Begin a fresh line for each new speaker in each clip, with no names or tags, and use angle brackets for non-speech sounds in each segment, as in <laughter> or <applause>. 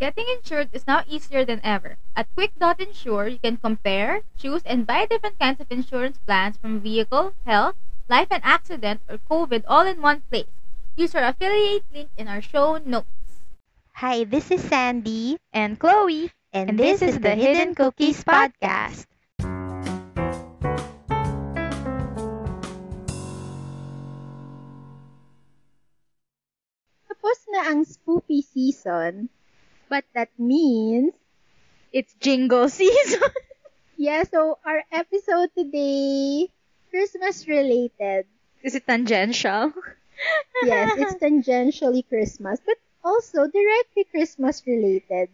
Getting insured is now easier than ever. At Quick.insure, you can compare, choose, and buy different kinds of insurance plans from vehicle, health, life and accident, or COVID all in one place. Use our affiliate link in our show notes.
Hi, this is Sandy,
And Chloe,
and, this, is the Hidden Cookies Podcast.
Tapos na ang spoopy season, but that means
It's jingle season.
yeah, so our episode today Christmas related.
Is it tangential?
<laughs> Yes, it's tangentially Christmas, but also directly Christmas related.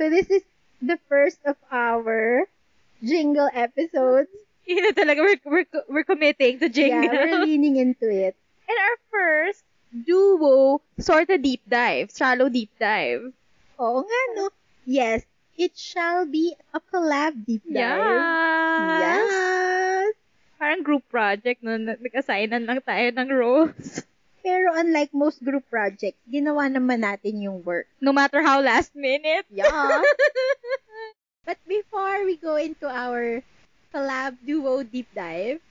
So this is the first of our jingle episodes.
Yun na talaga, we're, we're, we're committing to <laughs> jingle.
Yeah, we're leaning into it.
And our first duo, sort of deep dive, shallow deep dive.
Oo nga, no? Yes, it shall be a collab deep dive.
Yeah.
Yes.
Parang group project, no? Na- Nag-assignan lang tayo ng roles. <laughs>
Pero unlike most group projects, ginawa naman natin yung work.
No matter how last minute. <laughs>
Yeah. But before we go into our collab duo deep dive,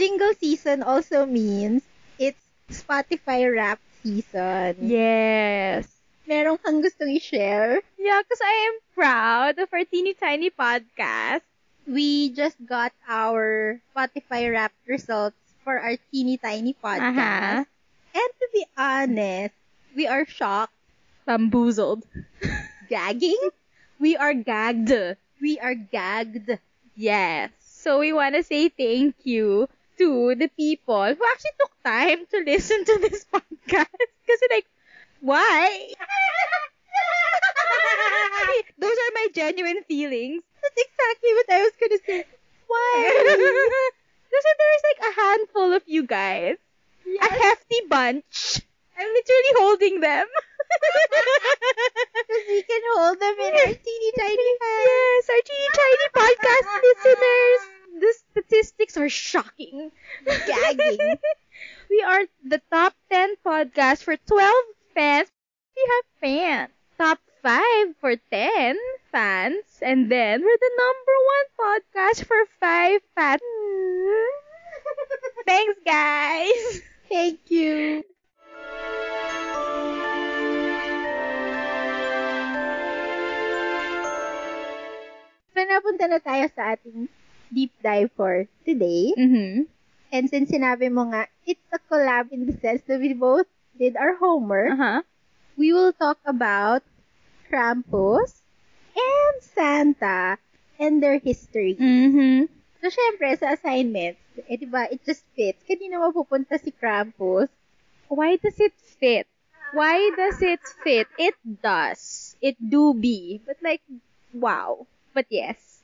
jingle season also means it's Spotify rap season.
yes.
Meron kang gustong i-share?
Yeah, because I am proud of our teeny tiny podcast.
We just got our Spotify rap results for our teeny tiny podcast.
Aha.
And to be honest, we are shocked.
Bamboozled.
Gagging?
We are gagged.
We are gagged.
Yes. So we want to say thank you to the people who actually took time to listen to this <laughs> podcast. Kasi like, why? <laughs> Those are my genuine feelings.
That's exactly what I was gonna say. Why?
<laughs> Kasi there's like a handful of you guys. A hefty bunch. I'm literally holding <laughs> them.
Because we can hold them in our teeny tiny hands.
Yes, our teeny tiny podcast listeners. The statistics are shocking.
Gagging.
we are the top 10 podcast for 12 fans. We have fans. Top 5 for 10 fans. And then we're the number one podcast for 5 fans. Thanks, guys.
Thank you. So, napunta na tayo sa ating deep dive for today.
Mm-hmm.
And since sinabi mo nga, it's a collab in the sense that we both did our homework,
Uh-huh.
we will talk about Krampus and Santa and their history.
Mm-hmm.
So, syempre, sa assignments, eh, di ba, it just fits. Kanina mapupunta si Krampus.
why does it fit? Why does it fit? It does. It do be. But like, wow. But yes.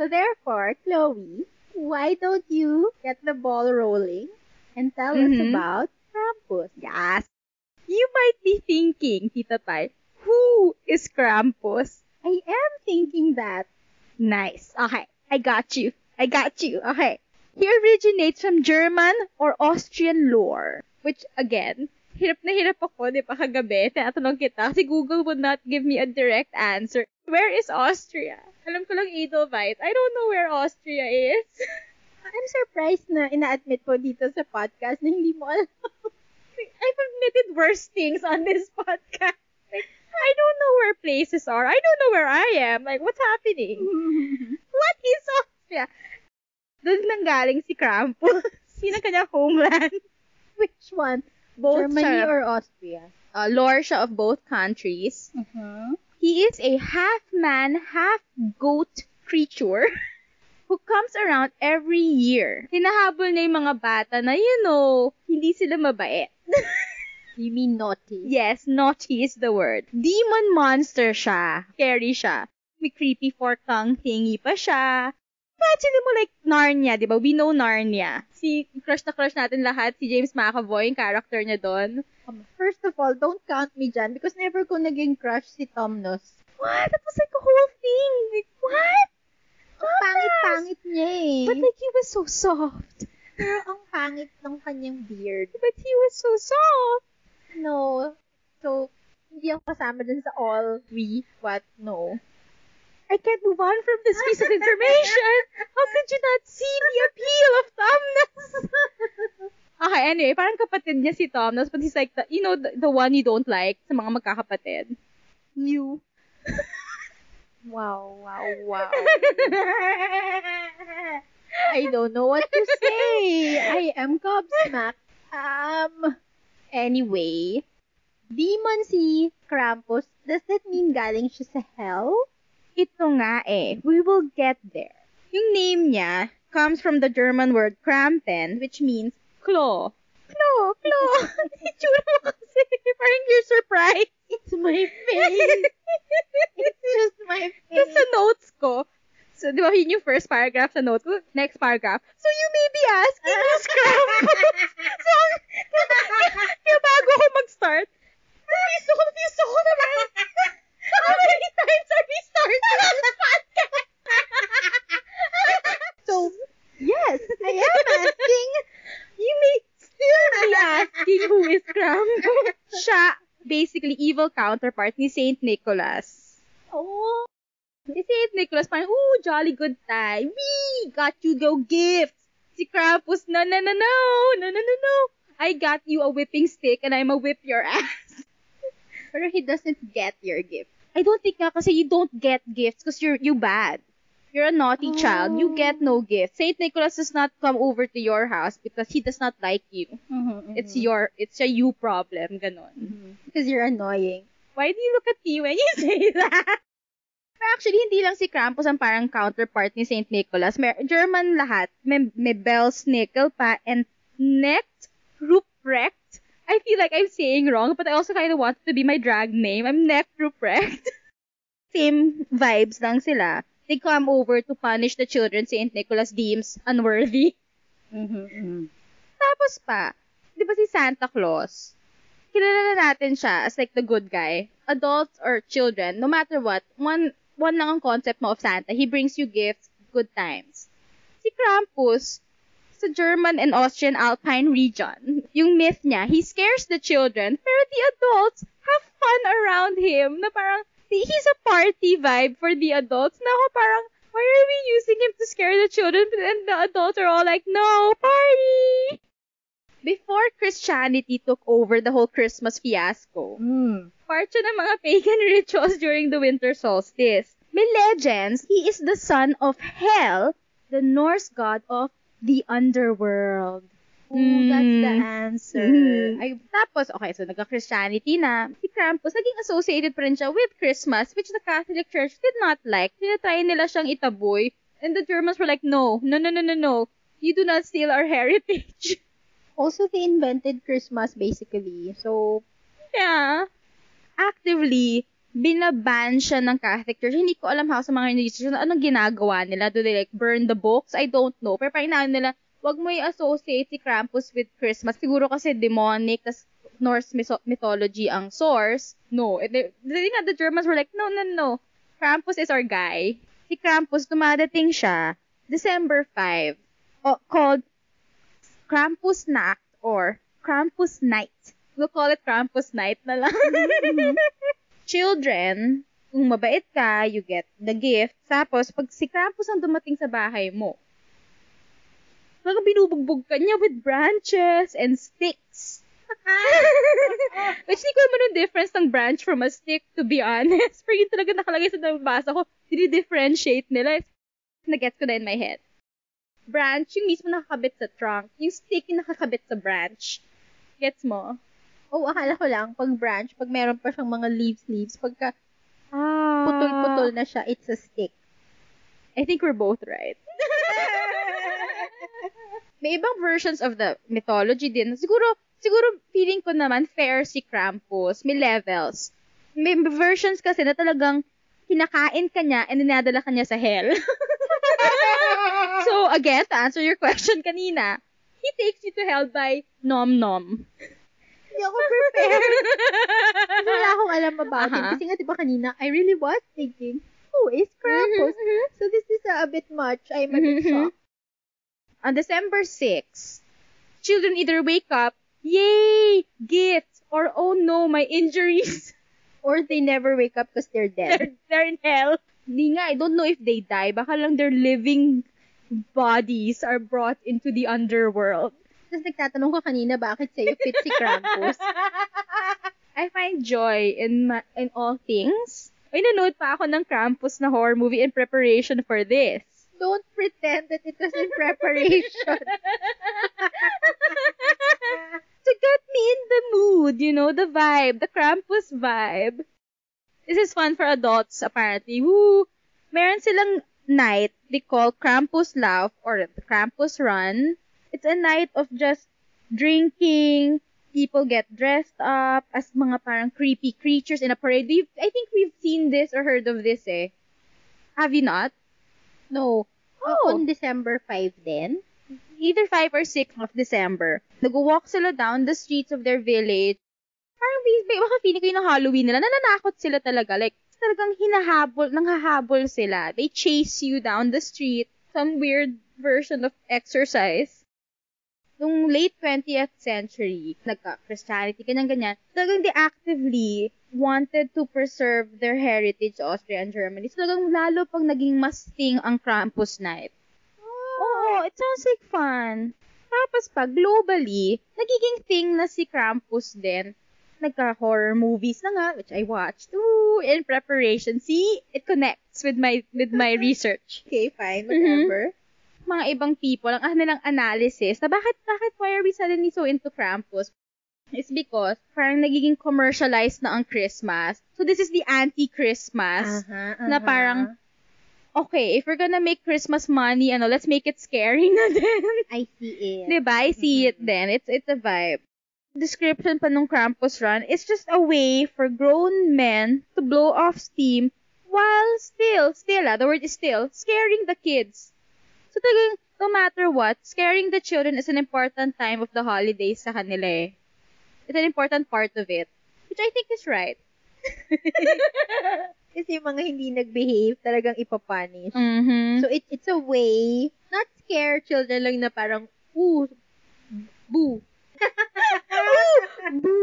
So, therefore, Chloe, why don't you get the ball rolling and tell us
Mhm.
about Krampus? Yes.
You might be thinking, Tita Tai, who is Krampus?
I am thinking that.
Nice. Okay. I got you. I got you. Okay. He originates from German or Austrian lore. Which, again, hirap na hirap ako, di ba, kagabi. Tinatanong kita kasi Google would not give me a direct answer. Where is Austria? Alam ko lang Edelweiss. I don't know where Austria is. <laughs>
I'm surprised na ina-admit po dito sa podcast na hindi mo alam.
I've admitted worse things on this podcast. Like, I don't know where places are. I don't know where I am. Like, what's happening? What is Austria? Doon nanggaling si Krampus. <laughs> Yun ang kanyang homeland.
Which one?
Both
Germany
siya,
or Austria?
uh, lore siya of both countries. Mm-hmm.
Uh-huh.
He is a half-man, half-goat creature <laughs> who comes around every year. Hinahabol niya yung mga bata na, you know, hindi sila mabait.
You mean naughty?
Yes, naughty is the word. Demon monster siya. Scary siya. May creepy four-tongue thingy pa siya. Imagine mo like Narnia, di ba? We know Narnia. Si crush na crush natin lahat, si James McAvoy, yung character niya doon.
Um, First of all, don't count me dyan because never ko naging crush si Tomnos.
What? That was like a whole thing. Like, what?
Pangit-pangit niya eh.
But like, he was so soft.
Pero ang pangit ng kanyang beard.
But he was so soft.
No. So, hindi ako kasama dun sa all, we, what, no.
I can't move on from this piece of information. How could you not see the appeal of Tomness? okay, anyway, parang kapatid niya si Tomness, but he's like, the, you know, the, the one you don't like sa mga magkakapatid. <laughs> You.
Wow, wow, wow. I don't know what to say. I am gobsmacked. Um, anyway, demon si Krampus, does that mean galing siya sa hell?
Ito nga eh, we will get there. Yung name niya comes from the German word Krampen, which means claw. Claw, claw. <laughs> Itsura mo kasi, parang you're surprised.
It's my
<laughs>
face. It's just my
Kasi
face.
sa notes ko, so di ba yun yung first paragraph sa notes ko, next paragraph, so you may be asking
<laughs>
us Krampus. so, <laughs> ang- kaya bago ako mag-start, confused ako, confused ako naman. How many times are we starting this podcast?
So, yes, I
<laughs>
am asking.
you may still be asking who is Krampus. <laughs> Siya, basically, evil counterpart ni Saint Nicholas.
Oh,
Si Saint Nicholas, parang, ooh, jolly good time. Wee! Got you go gifts. Si Krampus, no, no, no, no. No, no, no, no. I got you a whipping stick and I'ma whip your ass. <laughs>
pero he doesn't get your gift.
I don't think nga kasi you don't get gifts because you're, you bad. You're a naughty child. You get no gifts. Saint Nicholas does not come over to your house because he does not like you.
Mm-hmm,
It's your, it's a you problem. Ganon.
Because Mm-hmm. you're annoying.
Why do you look at me when you <laughs> say that? Pero actually, hindi lang si Krampus ang parang counterpart ni St. Nicholas. May German lahat. May, may bells, nickel pa, and necked, Ruprecht. I feel like I'm saying wrong, but I also kind of want it to be my drag name. I'm necked Ruprecht. <laughs> Same vibes lang sila. They come over to punish the children St. Nicholas deems unworthy.
Mm-hmm,
Tapos pa, di ba si Santa Claus? Kilala na natin siya as like the good guy. Adults or children, no matter what, one, one lang ang concept mo of Santa. He brings you gifts, good times. Si Krampus, sa German and Austrian Alpine region, yung myth niya, he scares the children, pero the adults have fun around him na parang, he's a party vibe for the adults na ako parang, why are we using him to scare the children? And the adults are all like, no, party! Before Christianity took over the whole Christmas fiasco,
Mm.
part siya ng mga pagan <laughs> rituals during the winter solstice. May legends, he is the son of Hel, the Norse god of the underworld.
Ooh, that's the
Mm.
answer.
Mm.
I,
Tapos, okay, so nagka-Christianity na. Si Krampus, naging associated pa rin siya with Christmas, which the Catholic Church did not like. Tinatry nila siyang itaboy. And the Germans were like, no, no, no, no, no, no. You do not steal our heritage. <laughs>
also, they invented Christmas, basically. So,
yeah. Actively, binaban siya ng Catholic Church. Hindi ko alam how sa mga religious, anong ginagawa nila. Do they like burn the books? I don't know. Pero parang inaano nila, wag mo i-associate si Krampus with Christmas. Siguro kasi demonic, tas Norse myso- mythology ang source. No. And they, they nga, the Germans were like, no, no, no. Krampus is our guy. Si Krampus, dumadating siya December 5, o- called Krampus Nacht or Krampus Night. We'll call it Krampus Night na lang. <laughs> Children, kung mabait ka, you get the gift. Tapos, pag si Krampus ang dumating sa bahay mo, mga binubugbog ka niya with branches and sticks. Which, hindi ko naman yung difference ng branch from a stick, to be honest. <laughs> Pero yun talaga nakalagay sa nabasa ko, dinidifferentiate nila. Nagets ko na in my head. Branch, yung mismo nakakabit sa trunk. Yung stick yung nakakabit sa branch. Gets mo?
oh, akala ko lang, pag branch, pag meron pa siyang mga leaves-leaves, pagka
Ah.
putol-putol na siya, it's a stick.
I think we're both right. <laughs> May ibang versions of the mythology din. Siguro, siguro feeling ko naman fair si Krampus. May levels. May versions kasi na talagang kinakain ka niya and dinadala ka niya sa hell. <laughs> so, again, to answer your question kanina, he takes you to hell by nom-nom. <laughs>
Hindi ako prepared. <laughs> Wala akong alam about him.
Aha.
Kasi nga, di ba kanina, I really was thinking, who is Krampus? So, this is uh, a bit much. I'm a bit
Mhm.
shocked.
on December 6, children either wake up, yay, gifts, or oh no, my injuries. <laughs>
or they never wake up because they're dead.
They're, they're in hell. Hindi nga, I don't know if they die. Baka lang their living bodies are brought into the underworld.
Tapos nagtatanong ko kanina, bakit sa'yo fit si <laughs> Krampus?
I find joy in ma- in all things. Ay, nanood pa ako ng Krampus na horror movie in preparation for this.
Don't pretend that it was in <laughs> preparation.
<laughs> to get me in the mood, you know, the vibe, the Krampus vibe. This is fun for adults, apparently. Woo! Meron silang night they call Krampus Laugh or the Krampus Run. It's a night of just drinking, people get dressed up as mga parang creepy creatures in a parade. We've, I think we've seen this or heard of this eh. Have you not?
No. Uh,
Oh.
On December 5 then,
either 5 or 6 of December, nag-walk sila down the streets of their village. Parang bis- ba- baka feeling ko yung Halloween nila, nananakot sila talaga. Like, talagang hinahabol, nanghahabol sila. They chase you down the street. Some weird version of exercise. Nung late 20th century, nagka-Christianity, ganyan-ganyan, talagang they actively wanted to preserve their heritage sa Austria and Germany. So, talagang lalo pag naging mas thing ang Krampus night. Oo, it sounds like fun. Tapos pag globally, nagiging thing na si Krampus din. Nagka-horror movies na nga, which I watched. Ooh, in preparation. See, it connects with my with my research.
okay, fine,
Mhm.
whatever.
Mga ibang people, ang kanilang analysis na bakit, bakit, why are we suddenly so into Krampus? It's because parang nagiging commercialized na ang Christmas. So this is the anti-Christmas
Uh-huh,
na parang, okay, if we're gonna make Christmas money, ano, let's make it scary <laughs> na din.
I see it.
Diba? I see it then. It's, it's a vibe. Description pa nung Krampus Run, it's just a way for grown men to blow off steam while still, still, ah, the word is still, scaring the kids. So talagang, no matter what, scaring the children is an important time of the holidays sa kanila eh. It's an important part of it. Which I think is right.
Kasi yung mga hindi nag-behave, talagang ipapunish.
Mm-hmm.
So, it, it's a way, not scare children lang na parang, ooh, boo. Ooh, boo.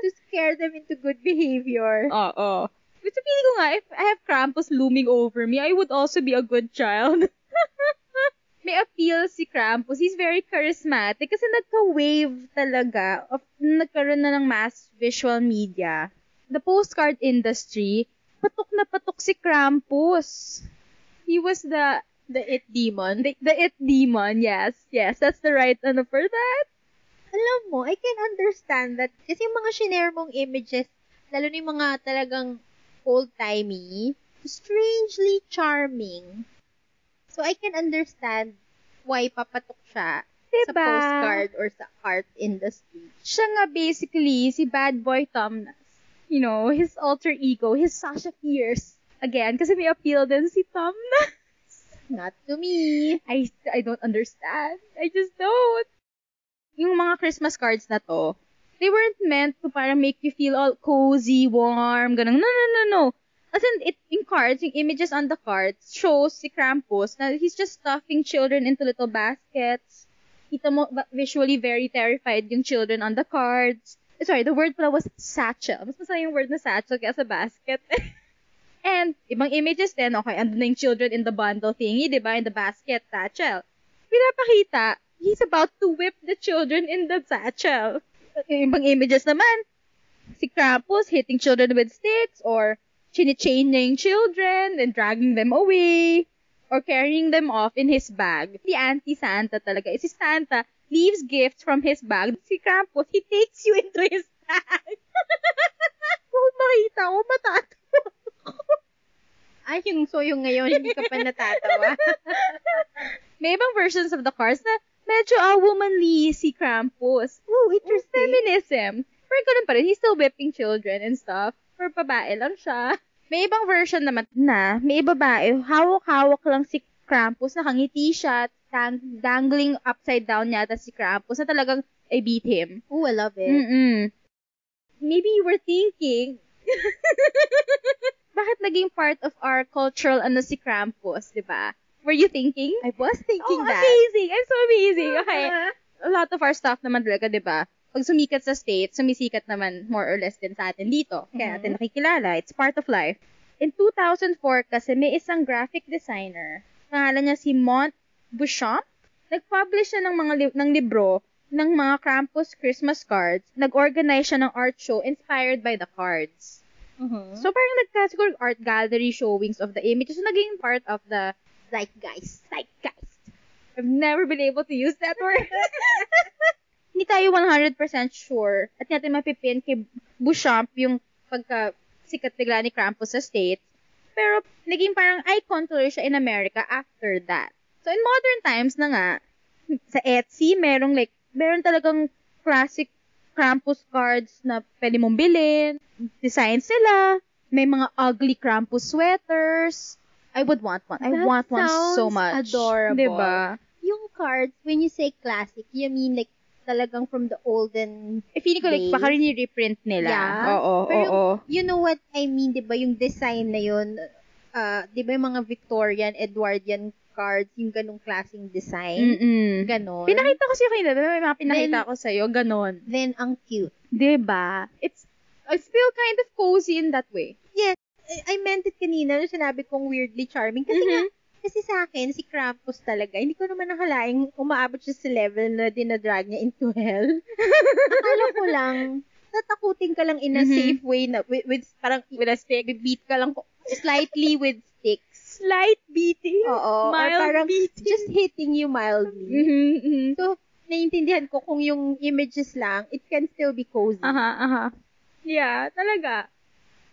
to scare them into good behavior.
Oo. But sa feeling ko nga, if I have Krampus looming over me, I would also be a good child. <laughs> May appeal si Krampus. He's very charismatic kasi nagka-wave talaga of nagkaroon na ng mass visual media. The postcard industry, patok na patok si Krampus. He was the
The it demon.
the, the it demon. Yes, yes, that's the right ano for that.
Alam mo, I can understand that. Kasi yung mga shinare mong images, lalo na yung mga talagang old-timey, strangely charming. So, I can understand why papatok siya
Diba?
sa postcard or sa art industry.
siya nga basically si Bad Boy Tomnas. You know, his alter ego, his Sasha Fierce. Again, kasi may appeal din si Tomnas.
Not to me.
I, I don't understand. I just don't. Yung mga Christmas cards na to, they weren't meant to parang make you feel all cozy, warm, ganun. No, no, no, no. As in, it, yung cards, yung images on the cards, shows si Krampus na he's just stuffing children into little baskets. Kita mo, va- visually very terrified yung children on the cards. Eh, Sorry, the word pala was satchel. Mas masaya yung word na satchel kaya sa basket. <laughs> And, ibang images din, okay, andun na yung children in the bundle thingy, di ba? In the basket, satchel. Pinapakita, he's about to whip the children in the satchel. Yung ibang images naman, si Krampus hitting children with sticks or chinichain niya yung children and dragging them away or carrying them off in his bag. The anti-Santa talaga. Si Santa leaves gifts from his bag. Si Krampus, he takes you <laughs> into his bag. <laughs> Kung makita ko, matatawa ako.
Ay, yung so yung ngayon, hindi ka pa
<laughs>
natatawa.
May ibang versions of the cards na medyo a womanly si Krampus.
oh,
Feminism. Pero ganun pa rin, he's still whipping children and stuff. Pero babae lang siya. May ibang version naman na may babae, hawak-hawak lang si Krampus, nakangiti siya, dang- dangling upside down yata si Krampus na talagang I beat him.
Oh, I love
Hmm.
it.
Mm-mm. Maybe you were thinking, <laughs> bakit naging part of our cultural ano si Krampus, di ba? Were you thinking?
I was thinking
oh,
that. Ah.
amazing! I'm so amazing! Okay. A lot of our stuff naman talaga, di ba? pag sumikat sa States, sumisikat naman more or less din sa atin dito. Kaya natin nakikilala. It's part of life. In 2004 kasi may isang graphic designer, pangalan niya si Mont Bouchamp, nag-publish siya ng, mga li- ng libro ng mga Krampus Christmas cards. Nag-organize siya ng art show inspired by the cards.
Mhm.
So, parang nagka, siguro, art gallery showings of the images. So, naging part of the
Zeitgeist.
zeitgeist. I've never been able to use that word. <laughs> Hindi tayo 100% sure at hindi natin mapipin kay Bouchamp yung pagka sikat bigla ni Krampus sa States. Pero naging parang icon tuloy siya in America after that. So in modern times na nga, <laughs> sa Etsy, merong like, meron talagang classic Krampus cards na pwede mong bilhin. Designs sila. May mga ugly Krampus sweaters. I would want one. I
That
want one so
sounds
much.
adorable.
Diba?
Yung cards, when you say classic, you mean like talagang from the olden
Eh, feeling ko like,
Days.
baka rin reprint nila.
Yeah.
Oo, oo,
Pero
oo.
you know what I mean, di ba? Yung design na yun, uh, di ba yung mga Victorian, Edwardian cards, yung ganong klaseng design.
Mm-mm.
Ganon.
Pinakita ko sa'yo kanina, diba? May mga pinakita
Then-
ko sa'yo, ganon.
Then, ang cute.
Diba? It's, it's still kind of cozy in that way.
I- I meant it kanina nung sinabi kong weirdly charming. Kasi nga, kasi sa akin, si Krampus talaga, hindi ko naman nakalaing umaabot siya sa level na dinadrag niya into hell. <laughs> Akala ko lang, Mm-hmm. tatakutin ka lang in a
Mhm.
safe way na, with, with parang,
With a stick.
beat ka lang ko- slightly with sticks.
Slight beating.
Oo.
Mild
or parang Mm-hmm,
beating.
just hitting you mildly.
Mhm, mhm.
So, naiintindihan ko kung yung images lang, it can still be cozy.
Aha, aha. Yeah, talaga.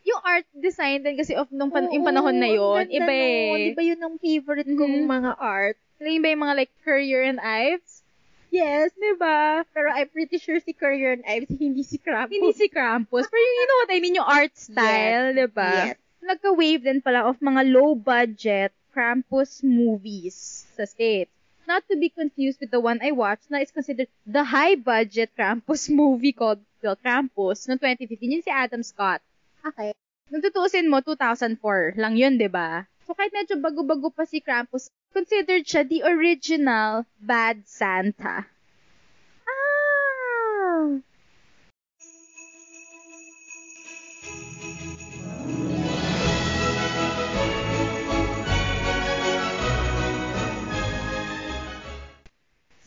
Yung art design din kasi of nung pan-
Oo,
yung panahon na
ang
yon,
ganda
iba
nun.
eh.
Di ba yun ang favorite kong
Mhm.
mga art?
Alam niyo ba yung mga like Courier and Ives?
Yes.
Diba?
Pero I'm pretty sure si Courier and Ives, hindi si Krampus.
Hindi si Krampus. Pero you know what I mean, yung art style, diba?
Yes.
Nagka-wave din pala of mga low-budget Krampus movies sa States. Not to be confused with the one I watched na is considered the high-budget Krampus <laughs> movie called The Krampus noong 2015. Yun si Adam Scott. <laughs>
Okay.
Nung tutuusin mo, 2004 lang yun, di ba? So, kahit medyo bago-bago pa si Krampus, considered siya the original Bad Santa. Ah!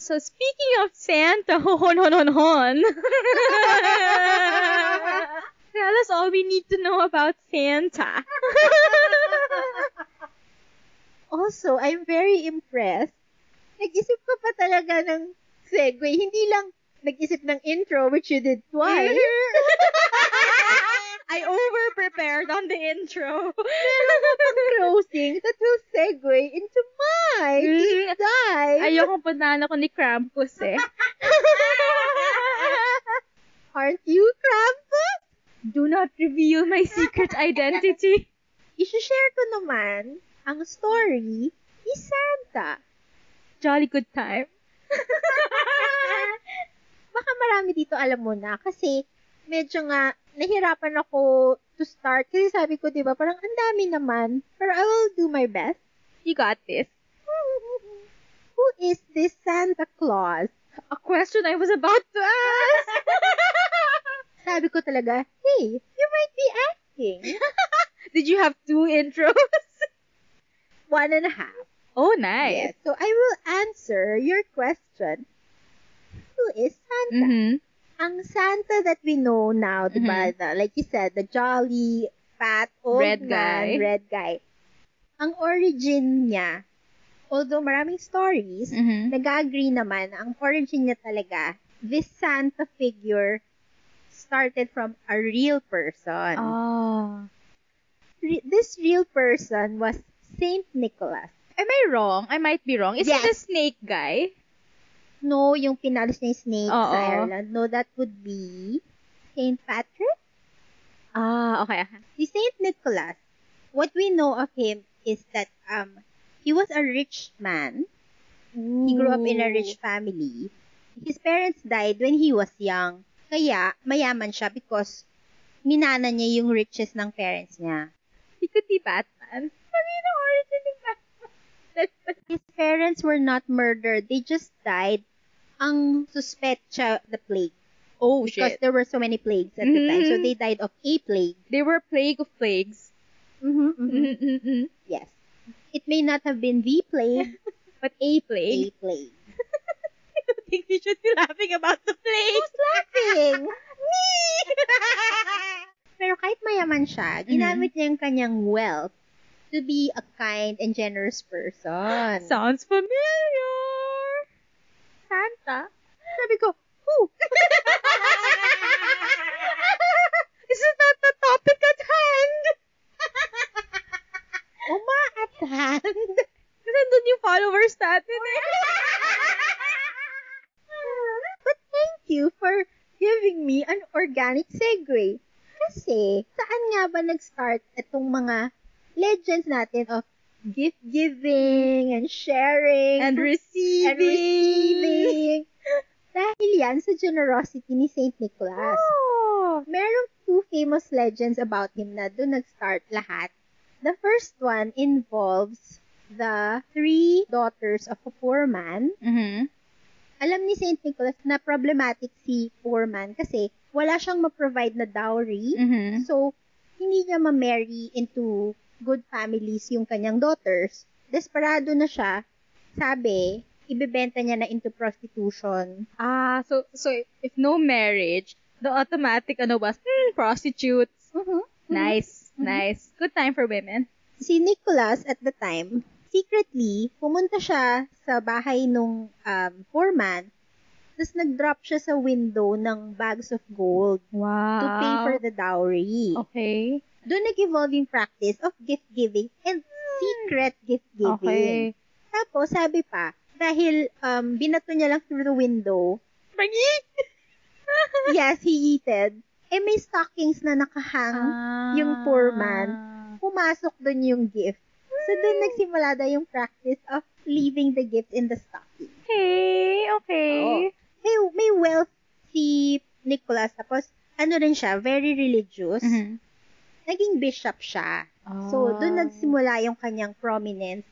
So, speaking of Santa, <laughs> hon hon hon hon. <laughs> Tell us all we need to know about Santa.
Also, I'm very impressed. Nag-isip ko pa talaga ng segue. Hindi lang nag-isip ng intro, which you did twice.
I over-prepared on the
<laughs>
intro.
closing that will segue into my deep dive.
Ayoko pa ako ni Krampus eh.
<laughs> Aren't you Krampus?
Do not reveal my secret identity.
Isha-share ko naman ang story ni Santa.
Jolly good time.
<laughs> Baka marami dito alam mo na kasi medyo nga nahirapan ako to start kasi sabi ko 'di ba parang ang dami naman pero I will do my best. <laughs>
You got this.
Who is this Santa Claus? <laughs>
A question I was about to ask.
Sabi ko talaga, hey, you might be asking.
Did you have two intros?
One and a half.
<laughs> Oh, nice.
Yes. So I will answer your question. Who is Santa?
Mm-hmm.
Ang Santa that we know now, di ba? The- Like you said, the jolly, fat, old
Red
man,
guy.
red guy. Ang origin niya, although maraming stories,
Mm-hmm.
nag-agree naman, ang origin niya talaga, this Santa figure started from a real person.
Oh.
Re- this real person was Saint Nicholas.
Am I wrong? I might be wrong. Is
Yes.
it a snake guy?
No, yung pinalis na yung snake
Oo.
sa Ireland. No, that would be Saint Patrick.
Ah, okay.
Si Saint Nicholas, what we know of him is that um he was a rich man. He grew up in a rich
Mm.
family. His parents died when he was young. Kaya mayaman siya because minana niya yung riches ng parents niya.
He could be Batman. Sabi na origin ni Batman. That's-
<laughs> His parents were not murdered. They just died. Ang suspect siya, the plague.
Oh,
because
shit.
there were so many plagues at the time. So
Mhm.
they died of a plague.
They were plague of plagues. Mm-mm-mm.
Yes. It may not have been the plague,
But a
a
plague.
plague.
I don't think we should be laughing about the plague.
Who's laughing? <laughs> Me! Pero kahit mayaman siya, ginamit niya yung kanyang wealth to be a kind and generous person. <laughs>
Sounds familiar. Santa? Sabi ko, who? This is not the topic at
<laughs>
hand.
Uma at hand.
Kasi nandun yung followers natin eh.
<laughs> But thank you for giving me an organic segue. Kasi, saan nga ba nag-start itong mga legends natin of gift giving and sharing
And receiving.
and receiving? <laughs> Dahil yan sa generosity ni St. Nicholas.
Oh.
Merong two famous legends about him na doon nag-start lahat. The first one involves the three daughters of a poor man
Mm-hmm.
alam ni St. Nicholas na problematic si poor man kasi wala siyang ma-provide na dowry.
Mm-hmm.
So, hindi niya ma-marry into good families yung kanyang daughters. Desperado na siya. Sabi, ibebenta niya na into prostitution.
Ah, so so if no marriage, the automatic ano was hmm, prostitutes. Mm-hmm. Nice, nice. Good time for women.
Si Nicholas at the time, secretly, pumunta siya sa bahay nung um, poor man. Tapos nag-drop siya sa window ng bags of gold
Wow.
to pay for the dowry.
Oh. Okay.
doon nag-evolve yung practice of gift giving and secret gift giving.
Okay.
Tapos, sabi pa, dahil um, binato niya lang through the window,
Bangi!
<laughs> yes, he yeeted, eh may stockings na
Ah.
nakahang, Yung poor man. pumasok doon yung gift. So, doon nagsimula na yung practice of leaving the gift in the stocking.
Okay, okay.
Oo. May, may wealth si Nicholas. Tapos, ano rin siya, very religious.
Mm-hmm.
Naging bishop siya. So, doon nagsimula yung kanyang prominence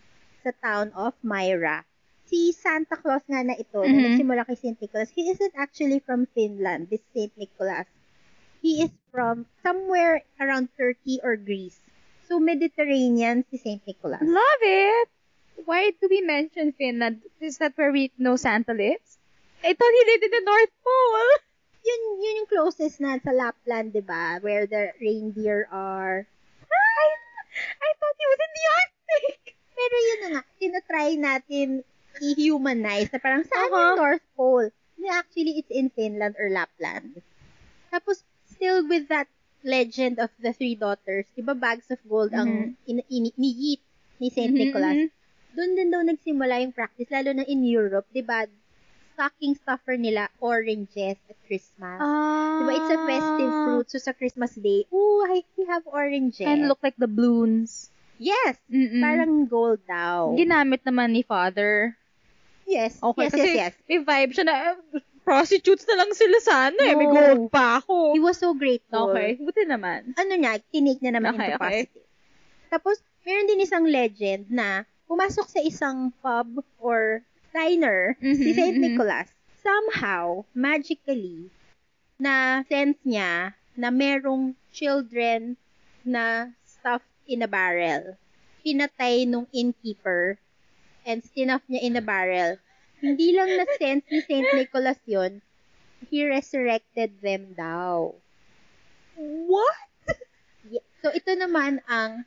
sa town of Myra. Si Santa Claus nga na ito, na
Mhm.
nagsimula kay St. Nicholas, he isn't actually from Finland, this St. Nicholas. He is from somewhere around Turkey or Greece. So, Mediterranean si St. Nicholas.
Love it! Why do we mention Finland? Is that where we know Santa lives? I thought he lived in the North Pole.
Yun, yun yung closest na sa Lapland, di ba? Where the reindeer are. Ah,
I, I thought he was in the Arctic.
<laughs> Pero yun na nga, tinatry natin i-humanize na parang saan yung
Uh-huh.
North Pole? Na actually, it's in Finland or Lapland. Tapos, still with that legend of the three daughters, di ba bags of gold ang in, in, ni ni St.
Mm-hmm.
Nicholas. Doon din daw nagsimula yung practice, lalo na in Europe, di ba? Stocking stuffer nila, oranges at Christmas.
Ah.
Di ba, it's a festive fruit. So, sa Christmas day, ooh, I we have oranges.
And look Mm. like the balloons.
yes!
Mm-mm.
Parang gold daw.
Ginamit naman ni father.
yes.
Okay,
yes,
kasi
yes, yes.
may vibe siya na eh, prostitutes na lang sila sana eh. May
No.
gold pa ako.
He was so grateful.
Okay, buti naman.
Ano niya, tinake niya naman
Okay,
into
okay.
positive. Tapos, meron din isang legend na pumasok sa isang pub or diner
Mhm,
si St.
mhm.
Nicholas. Somehow, magically, na sense niya na merong children na stuffed in a barrel. Pinatay nung innkeeper and stuffed niya in a barrel. Hindi lang na-sense ni St. Nicholas yon he resurrected them daw.
What?
Ye- So, ito naman ang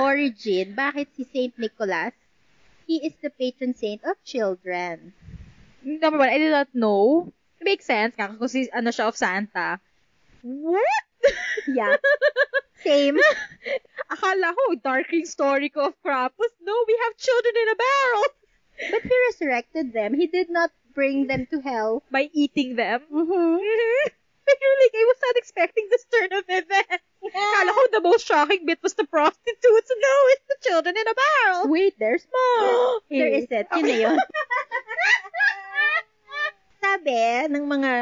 origin. Bakit si Saint Nicholas? He is the patron saint of children.
Number one, I did not know. It makes sense. Kaka ko si, ano siya, of Santa. What?
Yeah. <laughs> Same.
Akala ko, darking story ko of Krampus. No, we have children in a barrel.
But he resurrected them. He did not bring them to hell.
By eating them.
Mm-hmm.
Mhm. Pero like, I was not expecting this turn of events. Akala ko, the most shocking bit was the prostitutes. No, it's the children in a barrel.
Wait, there's more. There
Eh.
isn't. Yun na <laughs> yun. Sabi ng mga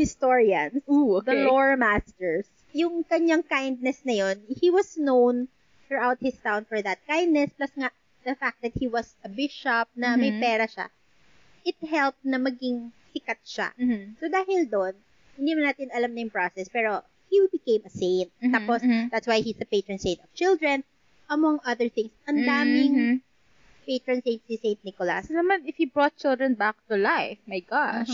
historians,
Ooh, okay.
the lore masters. Yung kanyang kindness na yon, he was known throughout his town for that kindness plus nga the fact that he was a bishop na may
Mhm.
pera siya. It helped na maging sikat siya.
Mm-hmm.
So dahil doon, hindi man natin alam na yung process, pero he became a saint.
Mm-hmm,
Mhm,
Tapos,
mhm.
that's why he's the patron saint of children, among other things. Ang daming
Mm-hmm.
Mhm.
patron saint si Saint Nicholas.
Kasi naman, if he brought children back to life, my gosh.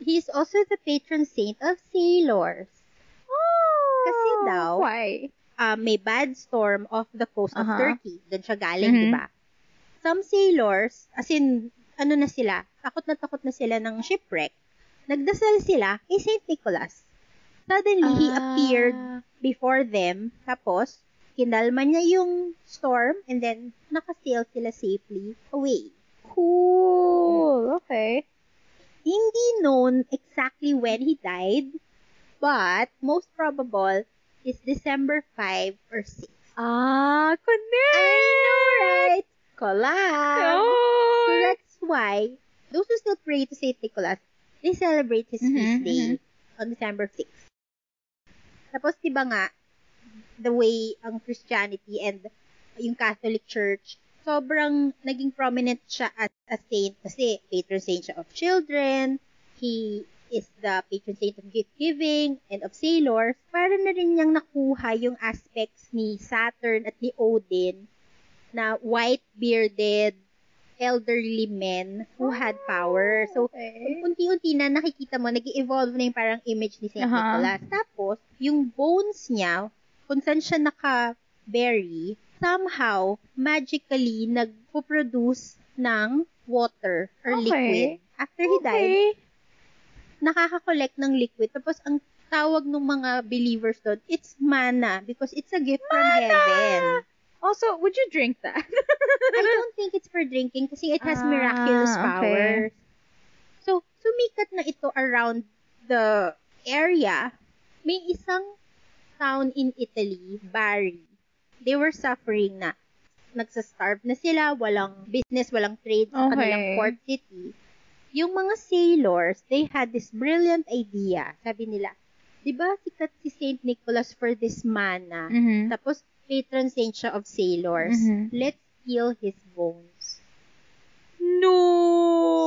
He is also the patron saint of sailors.
Oh,
Kasi daw,
Why?
Uh, may bad storm off the coast of
Aha.
Turkey. Doon siya galing,
Mhm.
di ba? Some sailors, as in, ano na sila, takot na takot na sila ng shipwreck. Nagdasal sila kay Saint Nicholas. Suddenly, he appeared before them. Tapos, kinalma niya yung storm and then nakasail sila safely away.
Cool. Okay.
Hindi known exactly when he died, but most probable is December 5 or 6.
Ah, connect!
I know, right? Collab! So
Oh,
that's why those who still pray to Saint Nicholas, they celebrate his
Mhm,
feast day on December 6th. Tapos, di ba nga, the way ang Christianity and yung Catholic Church, sobrang naging prominent siya as a saint kasi patron saint siya of children, he is the patron saint of gift giving and of sailors. Para na rin niyang nakuha yung aspects ni Saturn at ni Odin na white-bearded, elderly men who had power. So,
okay.
unti-unti na nakikita mo, nag evolve na yung parang image ni St.
Aha.
Nicholas. Tapos, yung bones niya, kung saan siya naka-bury, somehow, magically, nagpo-produce ng water or
Okay.
liquid. After he died,
Okay.
nakaka-collect ng liquid. Tapos, ang tawag ng mga believers doon, it's mana because it's a gift from heaven.
Also, would you drink that?
I don't think it's for drinking kasi it has
Ah,
miraculous
okay.
powers. So, sumikat na ito around the area. May isang town in Italy, Bari. They were suffering na. Nagsa-starve na sila, walang business, walang trade sa
Okay.
kanilang port city. Yung mga sailors, they had this brilliant idea. Sabi nila, di ba sikat si Saint Nicholas for this mana?
Mhm.
Tapos, patron saint siya of sailors.
Mhm.
Let's steal his bones.
no.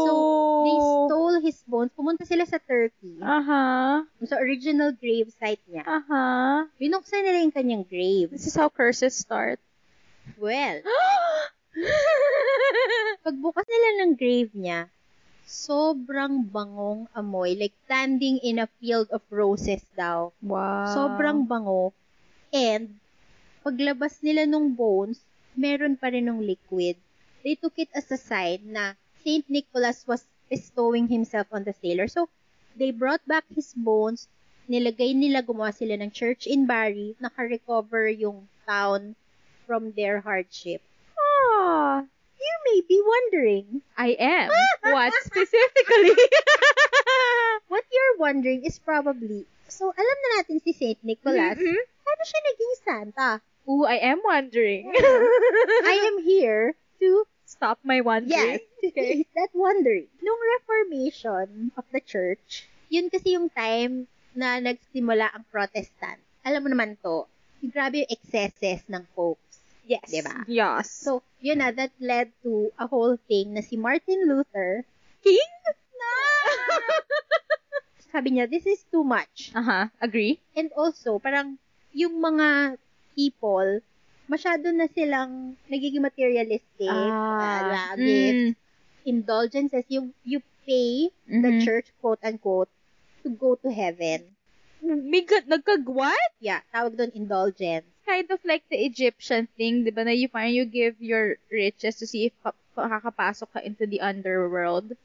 So,
Oh.
They stole his bones. Pumunta sila sa Turkey,
Uh-huh.
sa original grave site niya.
Uh-huh.
Binuksan nila yung kanyang grave.
This is how curses start. <laughs>
Well, pagbukas nila ng grave niya, sobrang bangong amoy. Like, standing in a field of roses daw.
wow.
Sobrang bango. And, paglabas nila nung bones, meron pa rin nung liquid. They took it as a sign na Saint Nicholas was bestowing himself on the sailor. So, they brought back his bones, nilagay nila, gumawa sila ng church in Bari, naka-recover yung town from their hardship.
Ah,
You may be wondering, <laughs>
I am. what specifically?
what you're wondering is probably, so alam na natin si Saint Nicholas,
Mhm.
paano siya naging Santa?
Ooh, I am wondering. <laughs>
I am here to
Stop my
Yes.
wondering. <laughs>
Okay. <laughs> that wondering. Nung reformation of the church, yun kasi yung time na nagsimula ang Protestant. Alam mo naman to, yung grabe yung excesses ng popes.
Yes. Mm-hmm.
Diba?
Yes.
So, yun na, that led to a whole thing na si Martin Luther,
king? <laughs>
sabi niya, this is too much.
uh-huh. Agree?
And also, parang yung mga people, masyado na silang nagiging materialistic. Ah,
Ah.
gifts, indulgences, yung you pay the
Mm-hmm.
Mhm.
church, quote unquote, to go to heaven.
Mm. May ka- nagkag- what?
Yeah, tawag doon indulgence.
Kind of like the Egyptian thing, di ba, na you find you give your riches to see if ka- makakapasok ka into the underworld.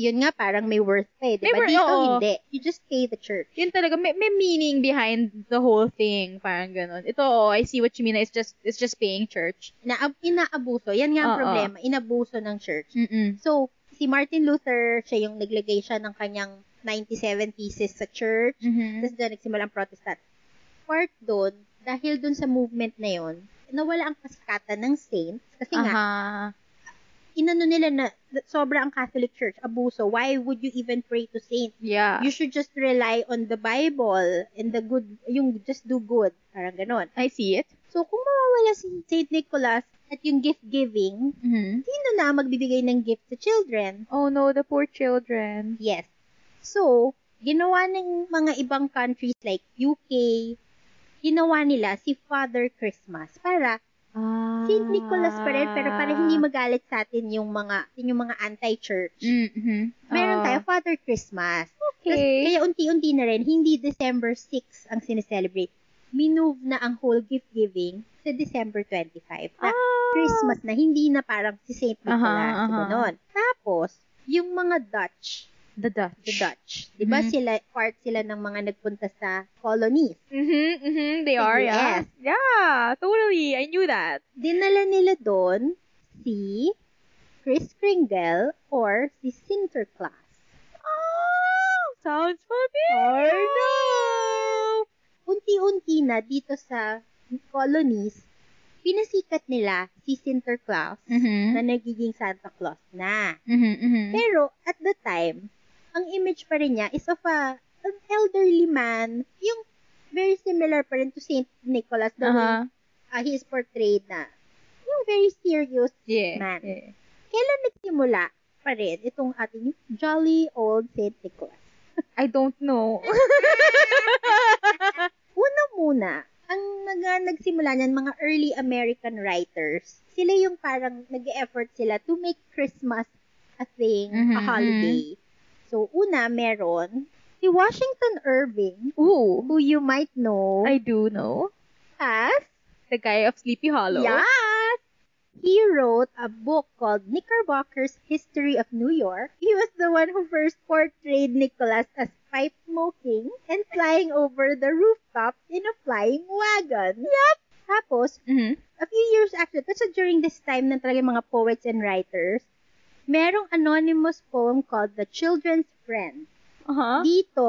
Yun nga, parang may worth pay, di
May
ba?
worth,
Dito
oo.
hindi. You just pay the church.
Yun talaga, may, may meaning behind the whole thing. Parang ganun. Ito, oh, I see what you mean. It's just, it's just paying church.
Na, inaabuso. Yan nga ang
Oo. Mm.
problema. Inabuso ng church.
Mm-mm.
So, si Martin Luther, siya yung naglagay siya ng kanyang 97 thesis sa church.
Mm-hmm.
Mhm.
Tapos doon nagsimula ang protestant. Part doon, dahil doon sa movement na yon, nawala ang kasikatan ng saints. Kasi nga,
Uh-huh.
Aha.
inano nila na that sobra ang Catholic Church, abuso. Why would you even pray to saints?
Yeah.
You should just rely on the Bible and the good, yung just do good. Parang ganon.
I see it.
So, kung mawawala si St. Nicholas at yung gift-giving,
Mm-hmm.
Mhm.
sino na ang magbibigay ng gift sa children?
Oh no, the poor children.
Yes. So, ginawa ng mga ibang countries like UK, ginawa nila si Father Christmas para
Ah.
Saint Nicholas pa rin, pero para hindi
Ah.
magalit sa atin yung mga, yun yung mga anti-church.
Mm-hmm.
Meron
Ah.
tayo Father Christmas. Tas-
Okay.
kaya unti-unti na rin, hindi December 6 ang sineselebrate. Minove na ang whole gift giving sa December 25. Na Christmas na, hindi na parang si Saint Nicholas.
Ah. Aha, aha.
Ganun. Tapos, yung mga Dutch,
The Dutch.
the Dutch, di ba
Mhm.
sila, part sila ng mga nagpunta sa colonies.
Mm-hmm, mm-hmm. They
Sa
are, yeah.
US.
Yeah, totally. I knew that.
Dinala nila doon si Chris Kringle or si Sinterklaas.
Oh, sounds familiar. Oh,
unti-unti na dito sa colonies, pinasikat nila si Sinterklaas na
Mm-hmm.
nagiging Santa Claus na.
Mm-hmm. Mm-hmm.
Pero at the time, ang image pa rin niya is of a, an elderly man, yung very similar pa rin to Saint Nicholas the way
Uh-huh.
ah, he is portrayed na yung very serious
Yeah.
man.
yeah.
Kailan nagsimula pa rin itong ating jolly old Saint Nicholas?
I don't know. <laughs>
Una muna, ang nag, nagsimula niyan, mga early American writers, sila yung parang nag-effort sila to make Christmas a thing,
Mhm,
a holiday. So, una, meron si Washington Irving,
Ooh,
who you might know
I do know.
as,
The guy of Sleepy Hollow.
yes, he wrote a book called Knickerbocker's History of New York. He was the one who first portrayed Nicholas as pipe smoking and flying over the rooftops in a flying wagon. Yep! Tapos,
Mm-hmm.
a few years after, kasi during this time na talaga mga poets and writers, merong anonymous poem called The Children's Friend.
Uh-huh.
Dito,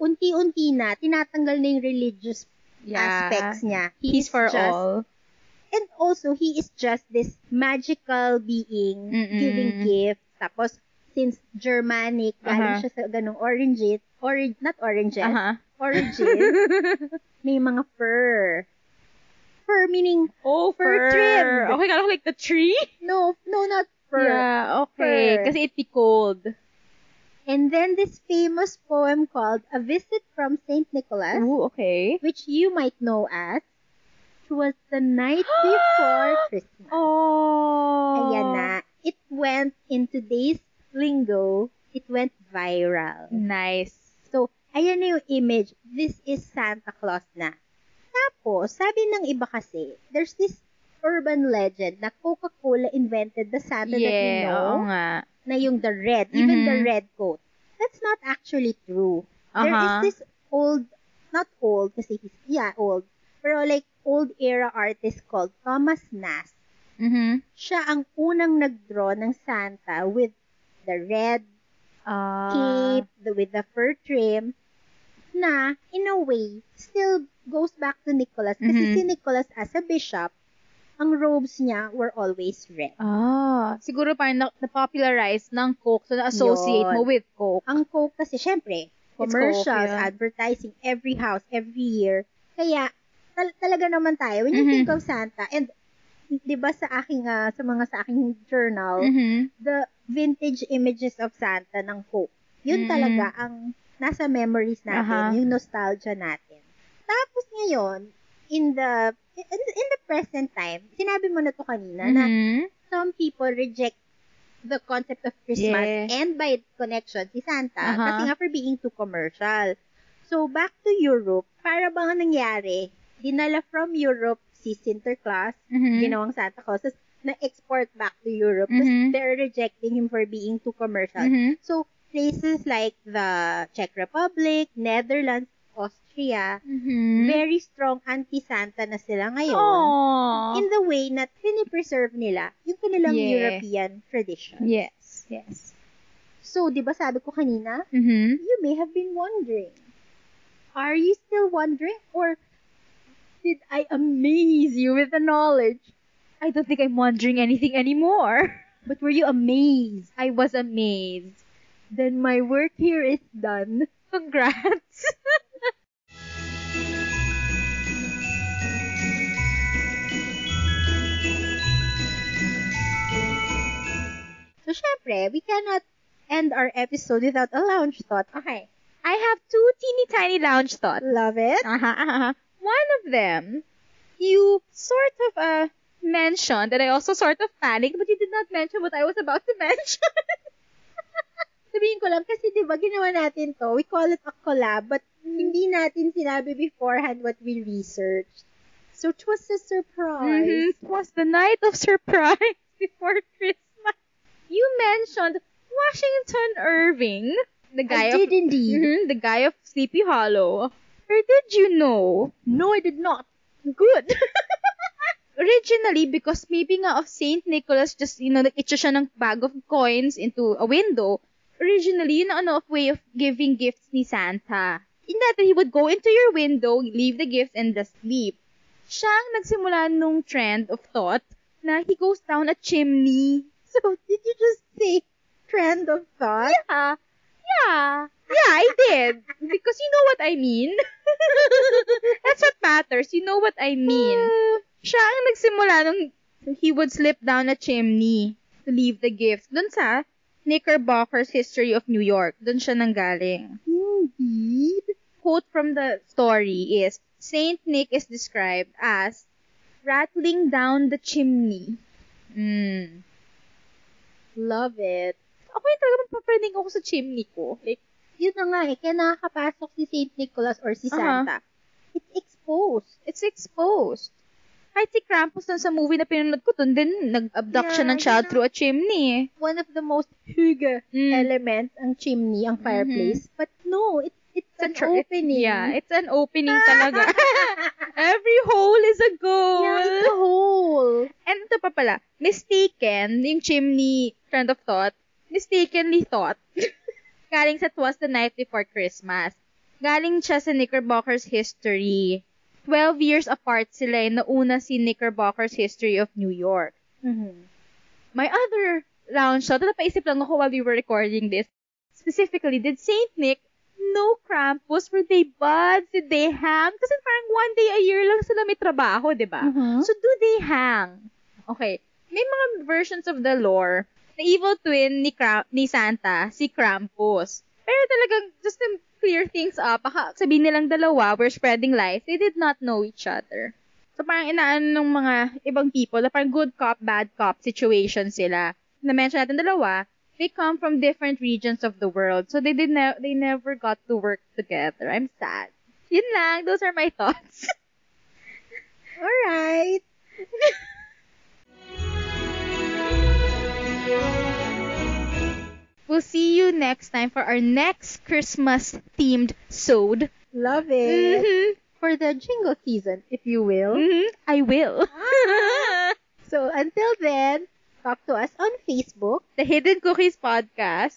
unti-unti na, tinatanggal na yung religious aspects niya. He is
He's for
just-
all.
And also, he is just this magical being
Mm-mm.
giving gifts. Tapos, since Germanic,
Aha.
galing siya sa ganong oranges, orange, not oranges, <laughs>
Uh-huh.
oranges, may mga fur. Fur meaning
<laughs> Oh,
Fur trimmed.
Okay, kind of like the tree?
No, no, not fur.
Yeah, okay.
Fur.
Kasi it be cold.
And then this famous poem called A Visit from St. Nicholas,
Ooh, okay.
which you might know as Twas the Night Before Christmas.
Oh.
Ayan na. It went, in today's lingo, it went viral.
Mm.
Nice.
So, ayan na yung image. This is Santa Claus na. Tapos, sabi ng iba kasi, there's this urban legend na Coca-Cola invented the Santa that we
Yeah,
know.
oo nga.
na yung the red, even the
Mhm.
red coat. That's not actually true. There is
Uh-huh.
this old, not old, kasi he's, yeah, old, pero like old era artist called Thomas Nast.
Mm-hmm.
Siya ang unang nag-draw ng Santa with the red
Uh,
Ah.
cape, the, with the fur trim, na, in a way, still goes back to Nicholas. Kasi
Mhm.
si Nicholas as a bishop, ang robes niya were always red.
Ah, siguro parang na- na-popularize ng Coke, so na-associate
Yun.
mo with Coke.
ang Coke kasi, syempre,
Coke,
commercials,
yeah.
advertising, every house, every year. Kaya, tal- talaga naman tayo, when you
Mhm.
think of Santa, and, di ba sa aking, ah, sa mga sa aking journal,
Mm-hmm.
the vintage images of Santa ng Coke, yun
Mm.
talaga ang nasa memories natin,
Aha.
yung nostalgia natin. Tapos ngayon, in the, in, in the present time, sinabi mo na to kanina, na
Mm-hmm.
some people reject the concept of Christmas
Yeah.
and by connection si Santa
Aha.
kasi nga for being too commercial. So back to Europe, para bang ang nangyari, dinala from Europe si Sinterklaas,
Mm-hmm.
ginawang Santa Claus, tas na-export back to Europe. Tas
Mhm.
they're rejecting him for being too commercial.
Mm-hmm.
So places like the Czech Republic, Netherlands, Austria,
Mm-hmm.
very strong anti-Santa na sila ngayon
Aww.
in the way na pinipreserve nila yung kanilang
Yeah.
European tradition.
Yes, yes.
So, di ba sabi ko kanina,
Mm-hmm.
you may have been wondering, are you still wondering or did I amaze you with the knowledge?
I don't think I'm wondering anything
<laughs>
anymore.
But were you amazed?
I was amazed.
Then my work here is done. <laughs>
Congrats!
So, syempre, we cannot end our episode without a lounge thought. Okay.
I have two teeny tiny lounge thoughts.
Love it.
Uh-huh, uh-huh. One of them, you sort of uh, mentioned, and I also sort of panicked, but you did not mention what I was about to <laughs> mention.
Sabihin ko lang, kasi di ba ginawa natin to, we call it a collab, but
Hmm.
hindi natin sinabi beforehand what we researched. So, it was a surprise.
Mhm. It was the night of surprise <laughs> before Christmas. You mentioned Washington Irving, the guy
I
of
did indeed.
Mhm, <laughs> the guy of Sleepy Hollow. Or did you know? No, I did not. Good. <laughs> Originally, because maybe nga of St. Nicholas, just, you know, nag-itcha siya ng bag of coins into a window. Originally, yun ang ano, way of giving gifts ni Santa. In that, he would go into your window, leave the gifts, and just leave. Siya ang nagsimula nung trend of thought na he goes down a chimney.
<laughs> So, did you just say trend of thought?
Yeah. Yeah. Yeah, I did. Because you know what I mean. <laughs> That's what matters. You know what I mean. Siya ang nagsimula nung he would slip down a chimney to leave the gifts. Doon sa Knickerbocker's History of New York. Doon siya nanggaling.
Indeed.
Quote from the story is, Saint Nick is described as rattling down the chimney. Mm.
Love it.
Ako yung talaga magpaprening ako sa chimney ko. Like,
Yun na nga eh, kaya nakakapasok si St. Nicholas or si
Uh-huh.
Santa. It's exposed.
It's exposed. Kahit si Krampus dun sa movie na pinanood ko, dun din nag-abduct siya
Yeah,
ng child
yun
through a chimney. eh.
One of the most huge
Mm.
element ang chimney, ang fireplace. But no, it, it's
Mm-hmm. It's a
an
tr- it-
opening.
Yeah, it's an
<laughs>
opening talaga. <laughs> Every hole is a goal.
yeah, it's a hole.
And ito pa pala, mistaken, yung chimney trend of thought, mistakenly thought, <laughs> galing sa Twas the Night Before Christmas. Galing siya sa Knickerbocker's History. 12 years apart sila eh, nauna si Knickerbocker's History of New York.
Mhm.
my other round shot, napaisip lang ako while we were recording this, specifically, did Saint Nick know Krampus? Were they buds? Did they hang? Kasi parang one day a year lang sila may trabaho, di ba?
Mhm.
So, do they hang? Okay. May mga versions of the lore na evil twin ni, Kra- ni Santa, si Krampus. Pero talagang, just to clear things up, baka sabihin nilang dalawa, we're spreading lies, they did not know each other. So, parang inaan ng mga ibang people na parang good cop, bad cop situation sila. Na-mention natin dalawa, they come from different regions of the world. So, they, did ne- they never got to work together. I'm sad. Yun lang. Those are my <laughs> thoughts.
Alright.
We'll see you next time for our next Christmas themed sode.
Love it.
Mm-hmm.
For the jingle season, if you will.
Mm-hmm. I
<laughs>
will.
So, until then, talk to us on Facebook,
the Hidden Cookies Podcast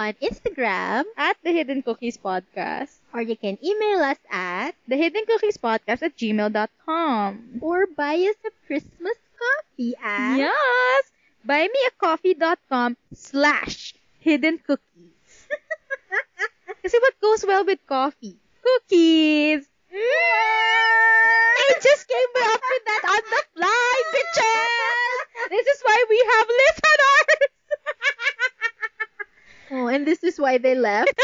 on Instagram,
at the Hidden Cookies Podcast.
or you can email us at
The Hidden Cookies Podcast at gmail.com.
or buy us a Christmas coffee at
Yes! Buymeacoffee.com slash hidden cookies. Kasi what goes well with coffee? Cookies! I just came up with that on the fly, bitches! This is why we have listeners!
Oh, and this is why they left.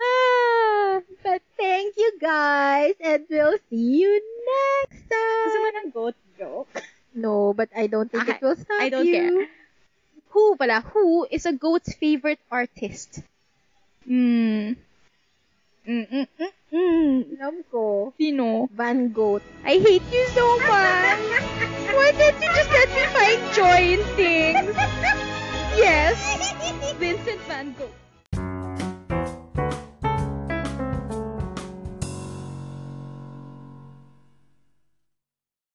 Ah,
but thank you guys, and we'll see you next
Gusto mo
time.
ng goat joke?
No, but I don't think
Okay,
it will stop
I don't
you.
care. Who pala? Who is a goat's favorite artist? Hmm. Mm, mm, mm, mm.
Alam ko,
Sino?
Van Gogh.
I hate you so much. Why can't you just let
<laughs>
me find joy in things? Yes. Vincent Van Gogh.